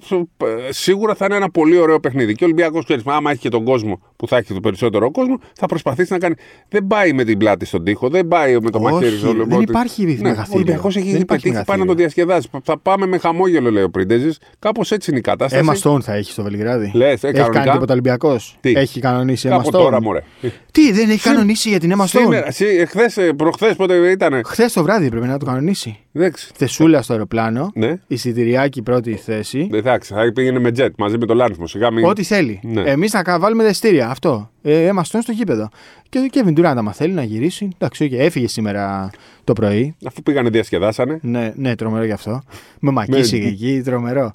σίγουρα θα είναι ένα πολύ ωραίο παιχνίδι. Και ο Ολυμπιακός, ξέρεις, άμα έχει και τον κόσμο που θα έχει το περισσότερο κόσμο, θα προσπαθήσει να κάνει. Δεν πάει με την πλάτη στον τοίχο, δεν πάει με το
Όχι,
μαχαίρι στο
δεν
λαιμό. του.
υπάρχει
Ο
μεγαθύριο.
Ολυμπιακός έχει
Δεν
ήδη
υπάρχει
πετύχει, πάει να
μεγαθύριο.
το διασκεδάσει. Θα πάμε με χαμόγελο, λέει ο Πριντέζη. Κάπως έτσι είναι η κατάσταση.
Έμα Stone θα έχει στο Βελιγράδι.
Λες, ε,
έχει
κανονικά.
κάνει τίποτα Ολυμπιακός.
Τι?
Έχει κανονίσει Έμα
Κάπου
Stone.
τώρα, μωρέ.
Τι, δεν έχει κανονίσει για την Έμα Stone.
Σήμερα, χθε, προχθές, πότε ήταν.
Χθες το βράδυ πρέπει να το κανονίσει.
Εντάξει.
Θεσούλα στο αεροπλάνο.
Ναι.
Εισιτηριάκι πρώτη θέση.
Εντάξει, θα πήγαινε με τζετ μαζί με το Λάνθμο. Σιγά μην.
Ό,τι θέλει.
Ναι.
Εμείς θα κα- βάλουμε τα εστία. Αυτό. Ε, Έμα Stone στο γήπεδο. Και ο Kevin Durant, άμα θέλει να γυρίσει. Εντάξει, okay. έφυγε σήμερα το πρωί.
Αφού πήγανε, διασκεδάσανε.
Ναι, ναι, τρομερό γι' αυτό. Με μακίσει εκεί, τρομερό.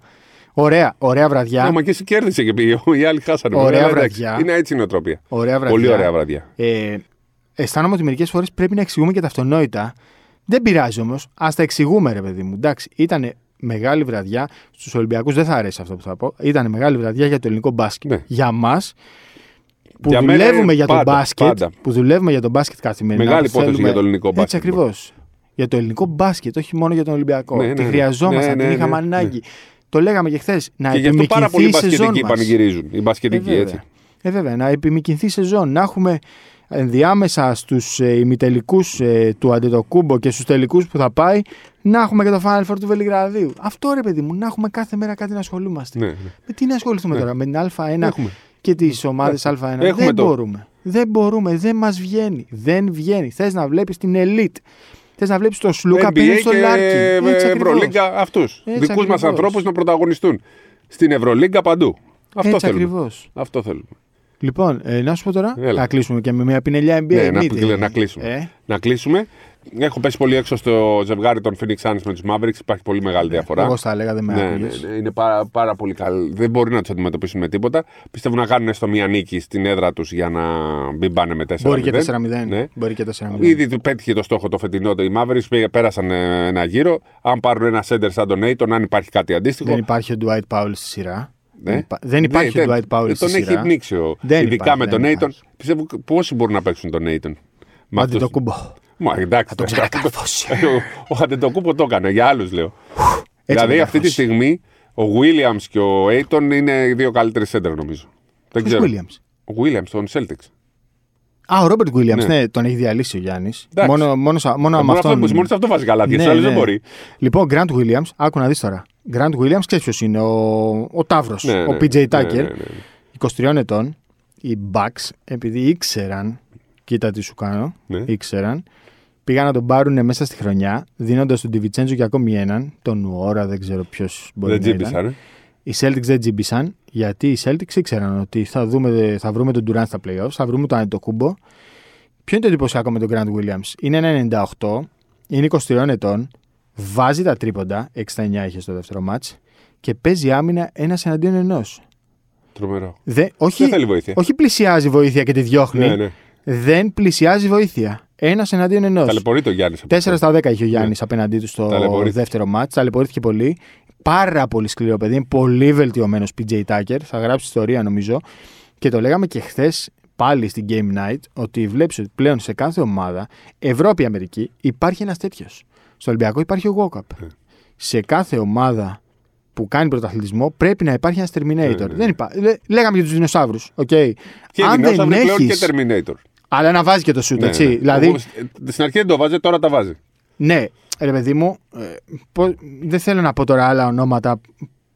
Ωραία, ωραία βραδιά.
Άμα και εσύ κέρδισε και πήγε. Οι άλλοι χάσανε.
Ωραία
Βέβαια, εντάξει.
βραδιά.
Είναι έτσι η νοοτροπία.
Ωραία βραδιά.
Πολύ ωραία βραδιά.
Ε, αισθάνομαι ότι μερικές φορές πρέπει να εξηγούμε και τα αυτονόητα. Δεν πειράζει όμως, ας τα εξηγούμε, ρε παιδί μου. Εντάξει, ήταν μεγάλη βραδιά. Στους Ολυμπιακούς δεν θα αρέσει αυτό που θα πω. Ήταν μεγάλη βραδιά για το ελληνικό μπάσκετ.
Ναι.
Για μας που
Για μένα
δουλεύουμε
είναι
για
πάντα,
το μπάσκετ.
πάντα.
Που δουλεύουμε για το μπάσκετ καθημερινά.
Μεγάλη
που
υπόθεση για το ελληνικό
Έτσι
μπάσκετ.
ακριβώς. Για το ελληνικό μπάσκετ, όχι μόνο για τον Ολυμπιακό.
Ναι, ναι,
τη
ναι.
χρειαζόμασταν,
Ναι, ναι,
την είχαμε
ναι, ναι.
ανάγκη. Το λέγαμε και χθες. Να
Και γι' αυτό πάρα πολλοί
επιμηκυνθεί η σεζόν
μπασκετικοί
μας.
πανηγυρίζουν. Οι μπασκετικοί
βέβαια.
έτσι.
Ε, βέβαια, να επιμηκυνθεί η σεζόν, να έχουμε ενδιάμεσα στους ε, ημιτελικούς ε, του Αντετοκούμπο και στους τελικούς που θα πάει, να έχουμε και το Final Four του Βελιγραδίου. Αυτό ρε παιδί μου, να έχουμε κάθε μέρα κάτι να ασχολούμαστε.
Ναι, ναι.
Με τι να ασχοληθούμε τώρα, με την Α1 και τις ομάδες Α1.
Έχουμε
δεν
το.
μπορούμε. Δεν μπορούμε, δεν μας βγαίνει. Δεν βγαίνει. Θες να βλέπεις την Elite. Θες να βλέπεις το Σλούκα απέναντι
NBA
στο
και
Λάρκι.
ε,
Έτσι ακριβώς.
Ευρωλίγκα αυτούς.
Έτσι
Δικούς μας
ακριβώς.
ανθρώπους να πρωταγωνιστούν. Στην Ευρωλίγκα παντού. Αυτό
Έτσι
θέλουμε.
ακριβώς.
Αυτό θέλουμε.
Λοιπόν, ε, να σου πω τώρα,
Έλα.
να κλείσουμε και με μια πινελιά NBA.
Ναι, να,
Εννοείται.
κλε- να κλείσουμε.
Ε,
να κλείσουμε. Έχω πέσει πολύ έξω στο ζευγάρι των Phoenix Suns με τους Mavericks. Υπάρχει πολύ μεγάλη διαφορά.
Ναι, εγώ στα έλεγα, δεν με
Ναι, ναι,
άκουγες.
ναι, είναι πάρα, πάρα πολύ καλή. Δεν μπορεί να τους αντιμετωπίσουν με τίποτα. Πιστεύω να κάνουν στο μία νίκη στην έδρα τους για να μην πάνε με 4-0.
Μπορεί και 4-0.
Ναι.
Μπορεί και 4-0.
Ήδη του πέτυχε το στόχο το φετινό. Οι Mavericks πήγε- πέρασαν ε, ένα γύρο. Αν πάρουν ένα σέντερ σαν τον Aiton, αν υπάρχει κάτι αντίστοιχο.
Δεν υπάρχει ο Dwight Powell στη σειρά.
Ναι.
Δεν υπά- Δεν υπάρχει ο
δεν-
Dwight Powell στη
Τον έχει
σειρά.
πνίξει ο.
Δεν
Ειδικά
υπάρχει,
με
δεν
τον Aiton.
υπάρχει.
Πιστεύω πόσοι μπορούν να παίξουν τον Aiton. Με
Μάτι
αυτούς-
το κουμπό.
Μα εντάξει.
τον
τώρα,
ξανακαρφώσει.
ο- Ο Αντετοκούμπο το έκανε, για άλλους λέω. δηλαδή
τον
αυτή τη
καρφώσει.
στιγμή ο Βίλιαμ και ο Aiton είναι οι δύο καλύτεροι σέντερ νομίζω. Δεν
Ποιος
ξέρω.
Williams.
Ο Williams, τον Celtics.
Α, ο Ρόμπερτ Williams,
Ναι.
ναι, τον έχει διαλύσει ο Γιάννης.
Εντάξει. Ε,
Μόνο, μόνος, σα- μόνο με
Μόνο αυτό,
αυτόν.
μόνο σε αυτό βάζει καλά. Ναι,
Ναι,
άλλους δεν
ναι.
μπορεί.
Λοιπόν, Grant Williams, άκου να δεις τώρα. Grant Williams, ξέρεις ποιος είναι, ο, ο Ταύρο,
Ναι,
ο
ναι,
PJ
ναι,
Tucker.
ναι, ναι.
23 ετών, οι Bucks, επειδή ήξεραν, κοίτα τι σου κάνω,
Ναι.
ήξεραν, πήγαν να τον πάρουν μέσα στη χρονιά, δίνοντας τον Τιβιτσέντζο και ακόμη έναν, τον Ουόρα, δεν ξέρω ποιος μπορεί ναι,
Δεν
να ήταν.
τζίμπησαν. ε.
Οι Celtics δεν τζίμπησαν, γιατί οι Celtics ήξεραν ότι θα, δούμε, θα βρούμε τον Durant στα playoffs, θα βρούμε τον Αντετοκούμπο. Ποιο είναι το εντυπωσιακό με τον Grant Williams. Είναι ένα 98, είναι 23 ετών, βάζει τα τρίποντα, 69 είχε στο δεύτερο μάτς, και παίζει άμυνα ένας εναντίον ενός.
Τρομερό.
όχι,
Δεν θέλει βοήθεια.
όχι πλησιάζει βοήθεια και τη διώχνει.
Ναι, ναι.
Δεν πλησιάζει βοήθεια. Ένας εναντίον ενός.
Ταλαιπωρεί το Γιάννη.
4 στα 10 είχε ο Γιάννης απέναντί του στο
Ναι. Ταλαιπωρήθηκε.
δεύτερο μάτ. Ταλαιπωρήθηκε πολύ. Πάρα πολύ σκληρό παιδί. Είναι πολύ βελτιωμένος PJ Tucker. Θα γράψει ιστορία νομίζω. Και το λέγαμε και χθες πάλι στην Game Night ότι βλέπεις ότι πλέον σε κάθε ομάδα, Ευρώπη-Αμερική, υπάρχει ένας τέτοιος. Στο Ολυμπιακό υπάρχει ο Walkup.
Ναι.
Σε κάθε ομάδα που κάνει πρωταθλητισμό πρέπει να υπάρχει ένας Terminator. Δεν υπά... Λέ- Λέγαμε για τους δεινοσαύρους. Okay.
Ναι, Και
Αν δεν
έχει. Και
έχεις.
Terminator.
Αλλά να βάζει και το σουτ,
Ναι,
έτσι.
ναι.
Δηλαδή,
Εγώ, ε, στην αρχή δεν το βάζει, τώρα τα βάζει.
ναι, ρε παιδί μου, ε, πο- δεν θέλω να πω τώρα άλλα ονόματα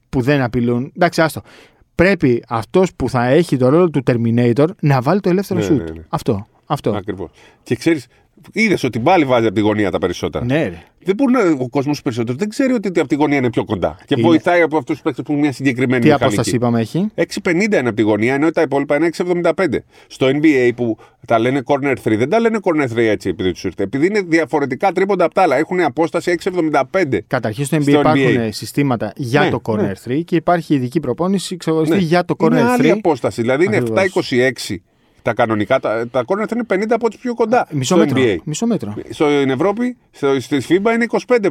που δεν απειλούν. Εντάξει, άστο. Πρέπει αυτός που θα έχει το ρόλο του Terminator να βάλει το ελεύθερο
Ναι,
σουτ.
ναι, ναι.
Αυτό. Αυτό.
Ακριβώς. Και ξέρεις, Είδες ότι πάλι βάζει από τη γωνία τα περισσότερα.
Ναι, ρε.
Δεν μπορεί να, ο κόσμος περισσότερο. Δεν ξέρει ότι από τη γωνία είναι πιο κοντά. Και
Είναι.
βοηθάει από αυτούς τους παίκτες που έχουν μια συγκεκριμένη
Τι
μηχανική.
απόσταση είπαμε έχει.
6,50 είναι από τη γωνία, ενώ τα υπόλοιπα είναι 6,75. Στο NBA που τα λένε corner 3, δεν τα λένε corner 3 έτσι επειδή τους ήρθε. Επειδή είναι διαφορετικά τρίποντα από τα άλλα. Έχουν απόσταση 6,75.
Καταρχήν στο NBA
Στο
υπάρχουν
NBA.
συστήματα για
Ναι,
το corner
ναι.
3 και υπάρχει ειδική προπόνηση ξεχωριστή
Ναι.
για το corner
είναι
3.
άλλη απόσταση. Δηλαδή είναι
Ακριβώς.
7,26 τα κανονικά. Τα, τα corner 3 είναι 50 από του πιο κοντά.
Μισό
στο
μέτρο.
NBA.
Μισό μέτρο.
Στην Ευρώπη, στο- στη FIBA είναι 25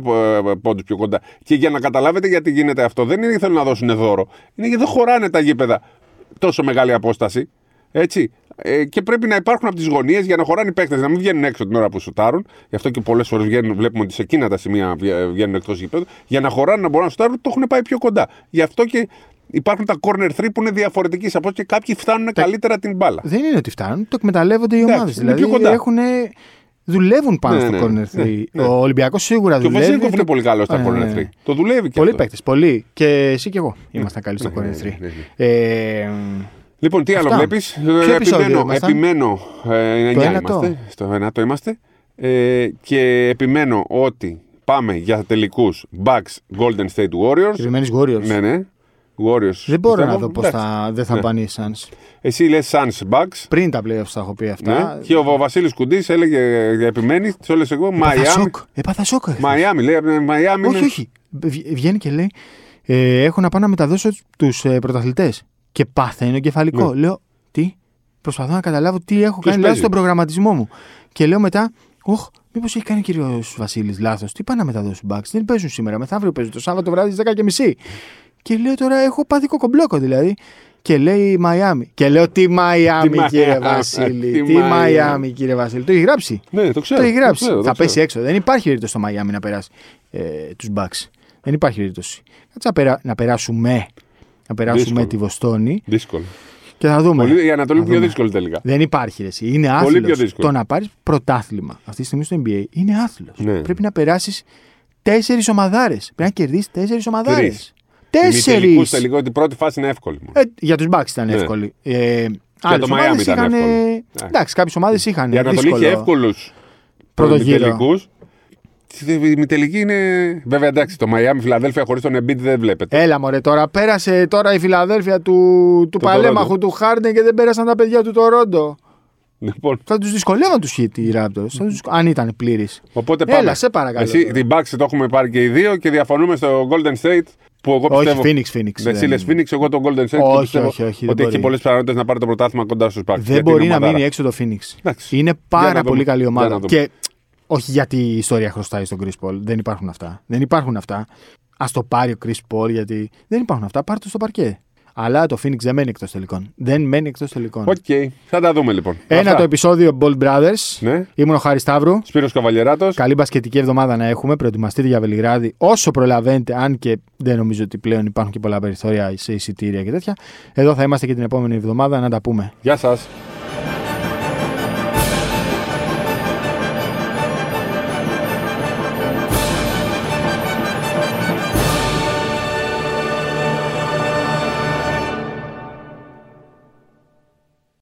πόντου ε, πιο κοντά. Και για να καταλάβετε γιατί γίνεται αυτό, δεν είναι θέλουν να δώσουν δώρο. Είναι γιατί δεν χωράνε τα γήπεδα τόσο μεγάλη απόσταση. Έτσι. Ε, και πρέπει να υπάρχουν από τις γωνίες για να χωράνε οι παίκτες, να μην βγαίνουν έξω την ώρα που σουτάρουν. Γι' αυτό και πολλές φορές βλέπουμε ότι σε εκείνα τα σημεία βγα- βγαίνουν εκτός γήπεδου. Για να χωράνε να μπορούν να σουτάρουν, το έχουν πάει πιο κοντά. Γι' αυτό και υπάρχουν τα corner 3 που είναι διαφορετική απόσταση και κάποιοι φτάνουν καλύτερα την μπάλα.
Δεν είναι ότι φτάνουν, το εκμεταλλεύονται οι
Εντάξει,
ομάδες.
είναι
Δηλαδή
πιο κοντά.
έχουνε- δουλεύουν πάνω
Ναι,
στο
ναι,
corner 3.
ναι, ναι.
Ο Ολυμπιακός σίγουρα
Και ο
δουλεύει.
Βασίλικοφ είναι πολύ καλός στα
Ναι, ναι,
corner 3.
ναι.
Το δουλεύει και
Πολλοί
αυτό.
παίκτες. Πολλοί. Και εσύ και εγώ ήμασταν καλοί στο
ναι, ναι,
corner 3.
ναι, ναι.
Ε,
Λοιπόν, τι άλλο
Αυτά.
βλέπεις.
Ποιο επεισόδιο
Επιμένω.
ήμασταν?
επιμένω ε, εννιά
ένατο.
είμαστε. Στο ένατο είμαστε. Ε, και επιμένω ότι πάμε για τελικούς Bucks Golden State Warriors.
Κρυμμένοι Warriors.
Ναι, ναι. Warriors.
Δεν μπορώ να
Πιστεύω,
δω πώς
εντάξει.
θα, δεν θα
Ναι.
πάνε οι Suns.
Εσύ λες Suns Bucks.
Πριν τα playoffs τα έχω πει αυτά.
Ναι. Και ο Βασίλης Κουντής έλεγε ε, επιμένει. Τη όλες εγώ.
Έπαθα
Μαϊάμι.
σοκ. Έπαθα σοκ. ρε.
Μαϊάμι, λέει. ε, Μαϊάμι.
Όχι,
είναι-
όχι. Βγ- Βγαίνει και λέει: ε, Έχω να πάω να μεταδώσω τους ε, πρωταθλητές. Και πάθαινε εγκεφαλικό. Λέω: Τι, προσπαθώ να καταλάβω τι έχω
Ποιος
κάνει λάθος
παίζει?
στον προγραμματισμό μου. Και λέω μετά: Οχ, μήπως έχει κάνει ο κύριος Βασίλης λάθος. Τι πάνε να μεταδώσουν μπαξ. Δεν παίζουν σήμερα. Μεθαύριο παίζουν το Σάββατο βράδυ στις 10.30. Και λέω τώρα: Έχω πάθει κομπλόκο δηλαδή. Και λέει Μαϊάμι. Και λέω: Τι Μαϊάμι,
Τι
κύριε
Μαϊάμι,
Βασίλη.
τι
Τι Μαϊάμι, κύριε Βασίλη. Το έχει γράψει.
Ναι, το ξέρω.
Το έχει γράψει.
ξέρω, το
θα
ξέρω.
πέσει έξω. Δεν υπάρχει περίπτωση στο Μαϊάμι να περάσει ε, τους Bucks. Δεν υπάρχει περίπτωση. Κάτσε να, περα- να περάσουμε. Να περάσουμε
Δύσκολο.
τη Βοστόνη
Δύσκολο.
και θα δούμε.
Πολύ, η Ανατολή
Ναι. Θα
πιο
δούμε.
δύσκολη τελικά.
Δεν υπάρχει ρε, εσύ. Είναι
Πολύ πιο
άθλο.
δύσκολο.
Το να πάρεις πρωτάθλημα αυτή τη στιγμή στο NBA είναι άθλο.
Ναι.
Πρέπει να περάσεις τέσσερις ομαδάρες. Πρέπει να κερδίσεις τέσσερις ομαδάρες.
Τρεις.
Τέσσερι!
Τελικού τελικό, ότι η πρώτη φάση είναι εύκολη. μου.
Ε, για τους Bucks ήταν
Ναι.
εύκολη. Ε,
το
άλλες
Miami
ομάδες
ήταν
είχαν, ε,
εύκολη.
Εντάξει, κάποιες ομάδες είχαν.
Η Ανατολή
δύσκολο.
είχε εύκολου
Πρώτο γύρο.
Η τελική είναι. Βέβαια εντάξει, το Μαϊάμι Φιλαδέλφια χωρίς τον Embiid δεν βλέπετε.
Έλα μωρέ τώρα, πέρασε τώρα η Φιλαδέλφια του, του
Το
παλέμαχου
Τορόντο.
του Χάρντεν και δεν πέρασαν τα παιδιά του Τορόντο.
Λοιπόν,
Θα τους δυσκολεύαν τους hit οι Raptors, θα τους- αν ήταν πλήρης.
οπότε
Έλα,
πάμε.
σε παρακαλώ
Εσύ
τώρα.
την Bucks το έχουμε πάρει και οι δύο και διαφωνούμε στο Golden State που εγώ
Όχι,
πιστεύω.
Phoenix, Phoenix.
Εσύ λες Phoenix, εγώ τον Golden State και
Όχι,
πιστεύω
όχι, όχι, δεν
ότι έχει
μπορεί.
πολλές πιθανότητες να πάρει το πρωτάθλημα κοντά στους Bucks.
δεν μπορεί να μείνει έξω το Phoenix.
Εντάξει.
Είναι
Για
πάρα
να
πολύ
δούμε.
καλή
Για να
ομάδα.
δούμε.
Και όχι γιατί η ιστορία χρωστάει στον Chris Paul. Δεν υπάρχουν αυτά. Δεν υπάρχουν αυτά. Ας το πάρει ο Chris Paul γιατί δεν υπάρχουν αυτά. Πάρτε το στο παρκέ. Αλλά το Phoenix δεν μένει εκτός τελικών. Δεν μένει εκτός τελικών.
Οκ, θα τα δούμε λοιπόν.
Ένα
Αυτά.
το επεισόδιο Bold Brothers.
Ναι.
Ήμουν ο Χάρη Σταύρου.
Σπύρος Καβαλιεράτος.
Καλή μπασκετική εβδομάδα να έχουμε. Προετοιμαστείτε για Βελιγράδι όσο προλαβαίνετε, αν και δεν νομίζω ότι πλέον υπάρχουν και πολλά περιθώρια σε εισιτήρια και τέτοια. Εδώ θα είμαστε και την επόμενη εβδομάδα να τα πούμε.
Γεια σας.